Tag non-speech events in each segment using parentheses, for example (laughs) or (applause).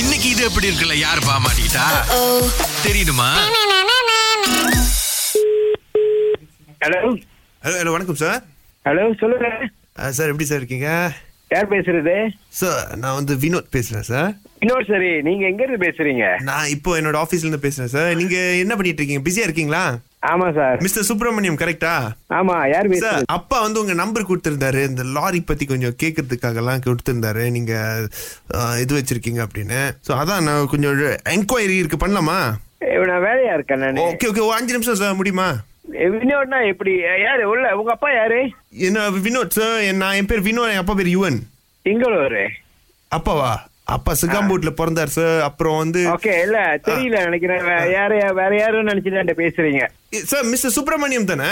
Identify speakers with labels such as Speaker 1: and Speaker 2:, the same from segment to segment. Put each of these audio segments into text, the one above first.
Speaker 1: இன்னைக்கு இது எப்படி இருக்குல்ல யார் பாமாட்டா தெரியுமா
Speaker 2: ஹலோ
Speaker 3: ஹலோ ஹலோ வணக்கம் சார்
Speaker 2: ஹலோ சொல்லுங்க
Speaker 3: சார் எப்படி சார் இருக்கீங்க
Speaker 2: யார் பேசுறது
Speaker 3: சார் நான் வந்து வினோத் பேசுறேன் சார்
Speaker 2: இன்னொரு சரி நீங்க எங்க இருந்து பேசுறீங்க
Speaker 3: நான் இப்போ என்னோட ஆஃபீஸ்ல இருந்து பேசுறேன் சார் நீங்க என்ன பண்ணிட்டு இருக்கீங்க பிஸியா இருக்கீங்களா
Speaker 2: ஆமா சார்
Speaker 3: மிஸ்டர் சுப்பிரமணியம் கரெக்டா
Speaker 2: ஆமா யார்
Speaker 3: சார்
Speaker 2: பேசுறது
Speaker 3: அப்பா வந்து உங்க நம்பர் கொடுத்திருந்தாரு இந்த லாரி பத்தி கொஞ்சம் கேட்கறதுக்காக எல்லாம் கொடுத்திருந்தாரு நீங்க அஹ், இது வச்சிருக்கீங்க அப்படின்னு சோ அதான் நான் கொஞ்சம் என்கொயரி இருக்கு பண்ணலாமா
Speaker 2: ஏய், நான் வேலையா இருக்கேன் நானு
Speaker 3: ஓகே ஓகே ஒரு அஞ்சு நிமிஷம் சார் முடியுமா
Speaker 2: இன்னொன்னா எப்படி யாரு உள்ள உங்க அப்பா யாரு
Speaker 3: என்ன வினோத் சார் நான் என் பேர் வினோத் என் அப்பா பேர் யுவன்
Speaker 2: திங்களூர்
Speaker 3: அப்பாவா அப்பா சிகாம்பூட்ல பிறந்தார் சார் அப்புறம் வந்து
Speaker 2: ஓகே இல்ல தெரியல நினைக்கிறேன் வே- யாரு வேற யாரும் நினைச்சிட்டு என்கிட்ட பேசுறீங்க
Speaker 3: இ- சார் மிஸ்டர் சுப்பிரமணியம் தானே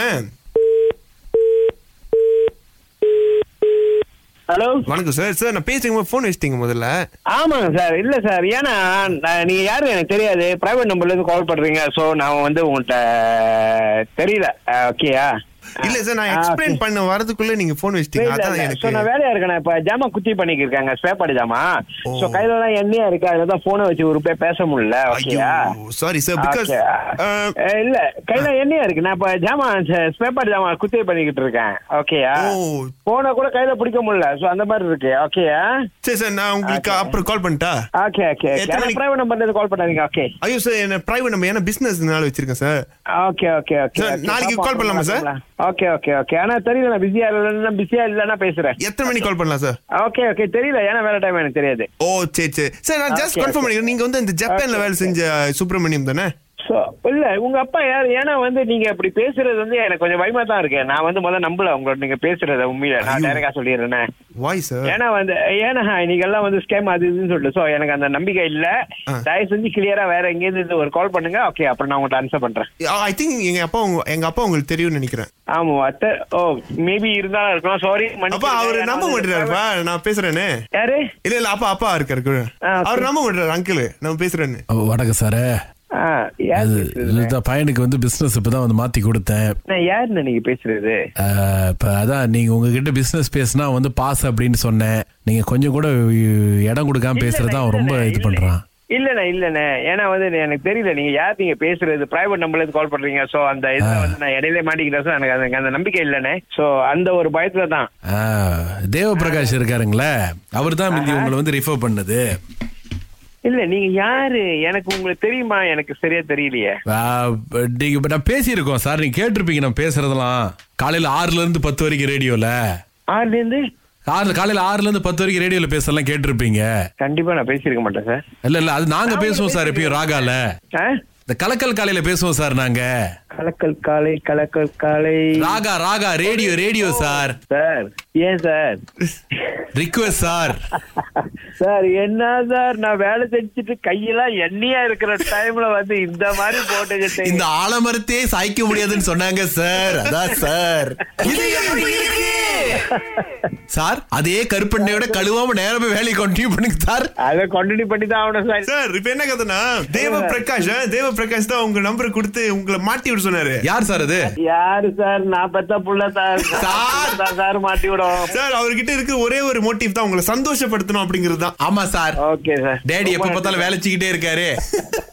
Speaker 2: ஹலோ
Speaker 3: வணக்கம் சார் சார் நான் பேசுங்க ஃபோன் வச்சிட்டீங்க முதல்ல
Speaker 2: ஆமாங்க சார் இல்ல சார் ஏன்னா நான் நீங்க யாரும் எனக்கு தெரியாது பிரைவேட் நம்பர்ல இருந்து கால் பண்றீங்க சோ நான் வந்து உங்கள்கிட்ட தெரியல ஓகேயா
Speaker 3: இல்ல சார் நான் எக்ஸ்பிளைன் பண்ண வரதுக்குள்ள நீங்க ஃபோன் வச்சிட்டீங்க
Speaker 2: இல்ல,
Speaker 3: அதான்
Speaker 2: இல்ல. So, நான்
Speaker 3: எனக்கு
Speaker 2: வேலையா இருக்கேன் இப்ப ஜாமா குத்தி பண்ணிட்டு இருக்காங்க ஸ்பேப்பாடி ஜாமா
Speaker 3: ஓ.
Speaker 2: சோ கையில தான் எண்ணெயா இருக்கு அதுல தான் போனை வச்சு ஒரு பே- பேச முடியல ஓகேயா
Speaker 3: ஐயோ சாரி சார் பிகாஸ்
Speaker 2: Okay. அஹ், இல்ல கையில எண்ணெயா இருக்கு நான் இப்ப ஜாமா ஸ்பேப்பாடி ஜாமா குத்தி பண்ணிக்கிட்டு இருக்கேன் ஓகேயா
Speaker 3: ஓ
Speaker 2: போனை கூட கையில பிடிக்க முடியல சோ அந்த மாதிரி இருக்கு ஓகேயா
Speaker 3: சரி சார் நான் உங்களுக்கு அப்புறம் கால் பண்ணிட்டா
Speaker 2: ஓகே ஓகே
Speaker 3: எத்தனை மணிக்கு?
Speaker 2: பிரைவேட் நம்பர்ல கால் பண்ணாதீங்க ஓகே
Speaker 3: ஐயோ சார் என்ன பிரைவேட் நம்ம ஏன்னா பிசினஸ்னால வச்சிருக்கேன் sir
Speaker 2: okay okay okay
Speaker 3: Sir, நாளைக்கு call பண்ணலாமா, sir?
Speaker 2: ஓகே ஓகே ஓகே ஆனா தெரியல நான் பிஸியா இல்லைன்னா பிஸியா இல்லைன்னா பேசுறேன்
Speaker 3: எத்தனை மணிக்கு கால் பண்ணலாம் சார்
Speaker 2: ஓகே ஓகே தெரியல ஏன்னா வேற டைம் எனக்கு தெரியாது
Speaker 3: ஓ சரி சரி சார் நான் ஜஸ்ட்
Speaker 2: Okay,
Speaker 3: கன்ஃபார்ம்
Speaker 2: okay.
Speaker 3: பண்ணிக்கிறேன் நீங்க வந்து இந்த ஜப்பான்ல
Speaker 2: Okay,
Speaker 3: வேலை
Speaker 2: okay.
Speaker 3: செஞ்ச சுப்பிரமணியம் தானே
Speaker 2: சோ இல்ல உங்க அப்பா யார் ஏன்னா வந்து நீங்க இப்படி பேசுறது வந்து எனக்கு கொஞ்சம் பயமா தான் இருக்கு நான் வந்து முதல்ல நம்பல உங்களோட நீங்க பேசுறத உண்மையில நான்
Speaker 3: ஐயோ.
Speaker 2: டேரக்டா சொல்லிடுறேன்
Speaker 3: வாய் சார்
Speaker 2: ஏன்னா வந்து ஏன்னா நீங்க எல்லாம் வந்து ஸ்கேம் அது இதுன்னு சொல்லிட்டு சோ எனக்கு அந்த நம்பிக்கை இல்ல
Speaker 3: ஆ.
Speaker 2: தயவு செஞ்சு கிளியரா வேற எங்கேயிருந்து இது ஒரு கால் பண்ணுங்க ஓகே அப்புறம் நான் உங்கள்ட்ட ஆன்சர் பண்றேன்
Speaker 3: ஐ திங்க் எங்க அப்பா உங்க- எங்க அப்பா உங்களுக்கு தெரியும்னு நினைக்கிறேன்
Speaker 2: ஆமா அத்தை ஓ மேபி இருந்தாலும் இருக்கலாம் சாரி
Speaker 3: அப்பா அவரு நம்ப மாட்டேறாருப்பா நான் பேசுறேனே
Speaker 2: யாரு
Speaker 3: இல்ல இல்ல அப்பா அப்பா இருக்காரு
Speaker 2: ஆ, சரி.
Speaker 3: அவர் நம்ப மாட்டாரு அங்கிள் நம்ம பேசுறேன்னு
Speaker 4: ஓ, வணக்கம் சார்
Speaker 2: ஆ, யார்
Speaker 4: அது
Speaker 2: பேசுறது?
Speaker 4: இந்த பையனுக்கு வந்து பிசினஸ் இப்பதான் வந்து மாத்தி கொடுத்தேன்
Speaker 2: நான் யாருன்னு நீங்க பேசுறது
Speaker 4: அஹ், இப்ப அதான் நீங்க உங்ககிட்ட பிசினஸ் பேசினா வந்து பாஸ் அப்படின்னு சொன்னேன் நீங்க கொஞ்சம் கூட இடம் கொடுக்காம பேசுறது அவன் ரொம்ப இது பண்றான்
Speaker 2: இல்லண்ணே இல்லண்ணே ஏன்னா வந்து எனக்கு தெரியல நீங்க யார் நீங்க பேசுறது பிரைவேட் நம்பர்ல இருந்து கால் பண்றீங்க சோ அந்த இதுல வந்து நான் இடையில மாட்டிக்கிட்டேன் so எனக்கு அந்த- அந்த நம்பிக்கை இல்லண்ணே சோ அந்த ஒரு பயத்துல தான்
Speaker 4: அஹ், தேவ பிரகாஷ் இருக்காருங்களே அவர் தான் முந்தி உங்களை வந்து ரிஃபர் பண்ணது
Speaker 2: இல்ல நீங்க யாரு எனக்கு உங்களுக்கு தெரியுமா எனக்கு சரியா தெரியலையே
Speaker 4: அஹ், நீங்க இப்ப நான் பேசியிருக்கோம் சார் நீங்க கேட்டிருப்பீங்க நான் பேசுறதெல்லாம் காலையில ஆறுல இருந்து பத்து வரைக்கும் ரேடியோல
Speaker 2: ஆறுல இருந்து
Speaker 4: ஆறு காலையில ஆறுல இருந்து பத்து வரைக்கும் ரேடியோல பேசலாம் கேட்டிருப்பீங்க
Speaker 2: கண்டிப்பா நான் பேசியிருக்க மாட்டேன் சார்
Speaker 4: இல்ல இல்ல அது நாங்க பேசுவோம் சார் எப்பயும் ராகால
Speaker 2: ஆ?
Speaker 4: இந்த கலக்கல் காலையில பேசுவோம் சார் நாங்க
Speaker 2: கலக்கல் காலை கலக்கல் காலை
Speaker 4: Raaga Raaga radio radio sir
Speaker 2: sir ஏன் (laughs) சார்
Speaker 4: ரிக்வெஸ்ட் சார்
Speaker 2: சார் என்ன சார் நான் வேலை செஞ்சுட்டு கையெல்லாம் எண்ணியா இருக்கிற டைம்ல வந்து இந்த மாதிரி போட்டு
Speaker 4: இந்த ஆலமரத்தையே சாய்க்க முடியாதுன்னு சொன்னாங்க சார் அதான் சார் இது எப்படி இருக்கு? சார் அதே கருப்பண்ணையோட கழுவாம நேரம் போய் வேலையை கண்டினியூ பண்ணுங்க சார்
Speaker 2: அதை கண்டினியூ பண்ணி தான் ஆகணும் சார்
Speaker 3: சார் இப்ப என்ன கதைனா தேவ பிரகாஷ் ஆ, தேவ பிரகாஷ் தான் உங்க நம்பர் கொடுத்து உங்களை மாட்டி விட சொன்னாரு
Speaker 4: யார் சார் அது
Speaker 2: யாரு சார் நான் பெத்த புள்ள சார்
Speaker 4: சார்.
Speaker 2: தான் சார் மாட்டி விடும்
Speaker 3: சார் அவர்கிட்ட இருக்க ஒரே ஒரு மோட்டிவ் தான் உங்களை சந்தோஷப்படுத்தணும் அப்படிங்கிறது தான்
Speaker 4: ஆமா சார்
Speaker 2: ஓகே சார்
Speaker 4: டேடி எப்ப பார்த்தாலும் வேலைச்சிக்கிட்டே இருக்காரு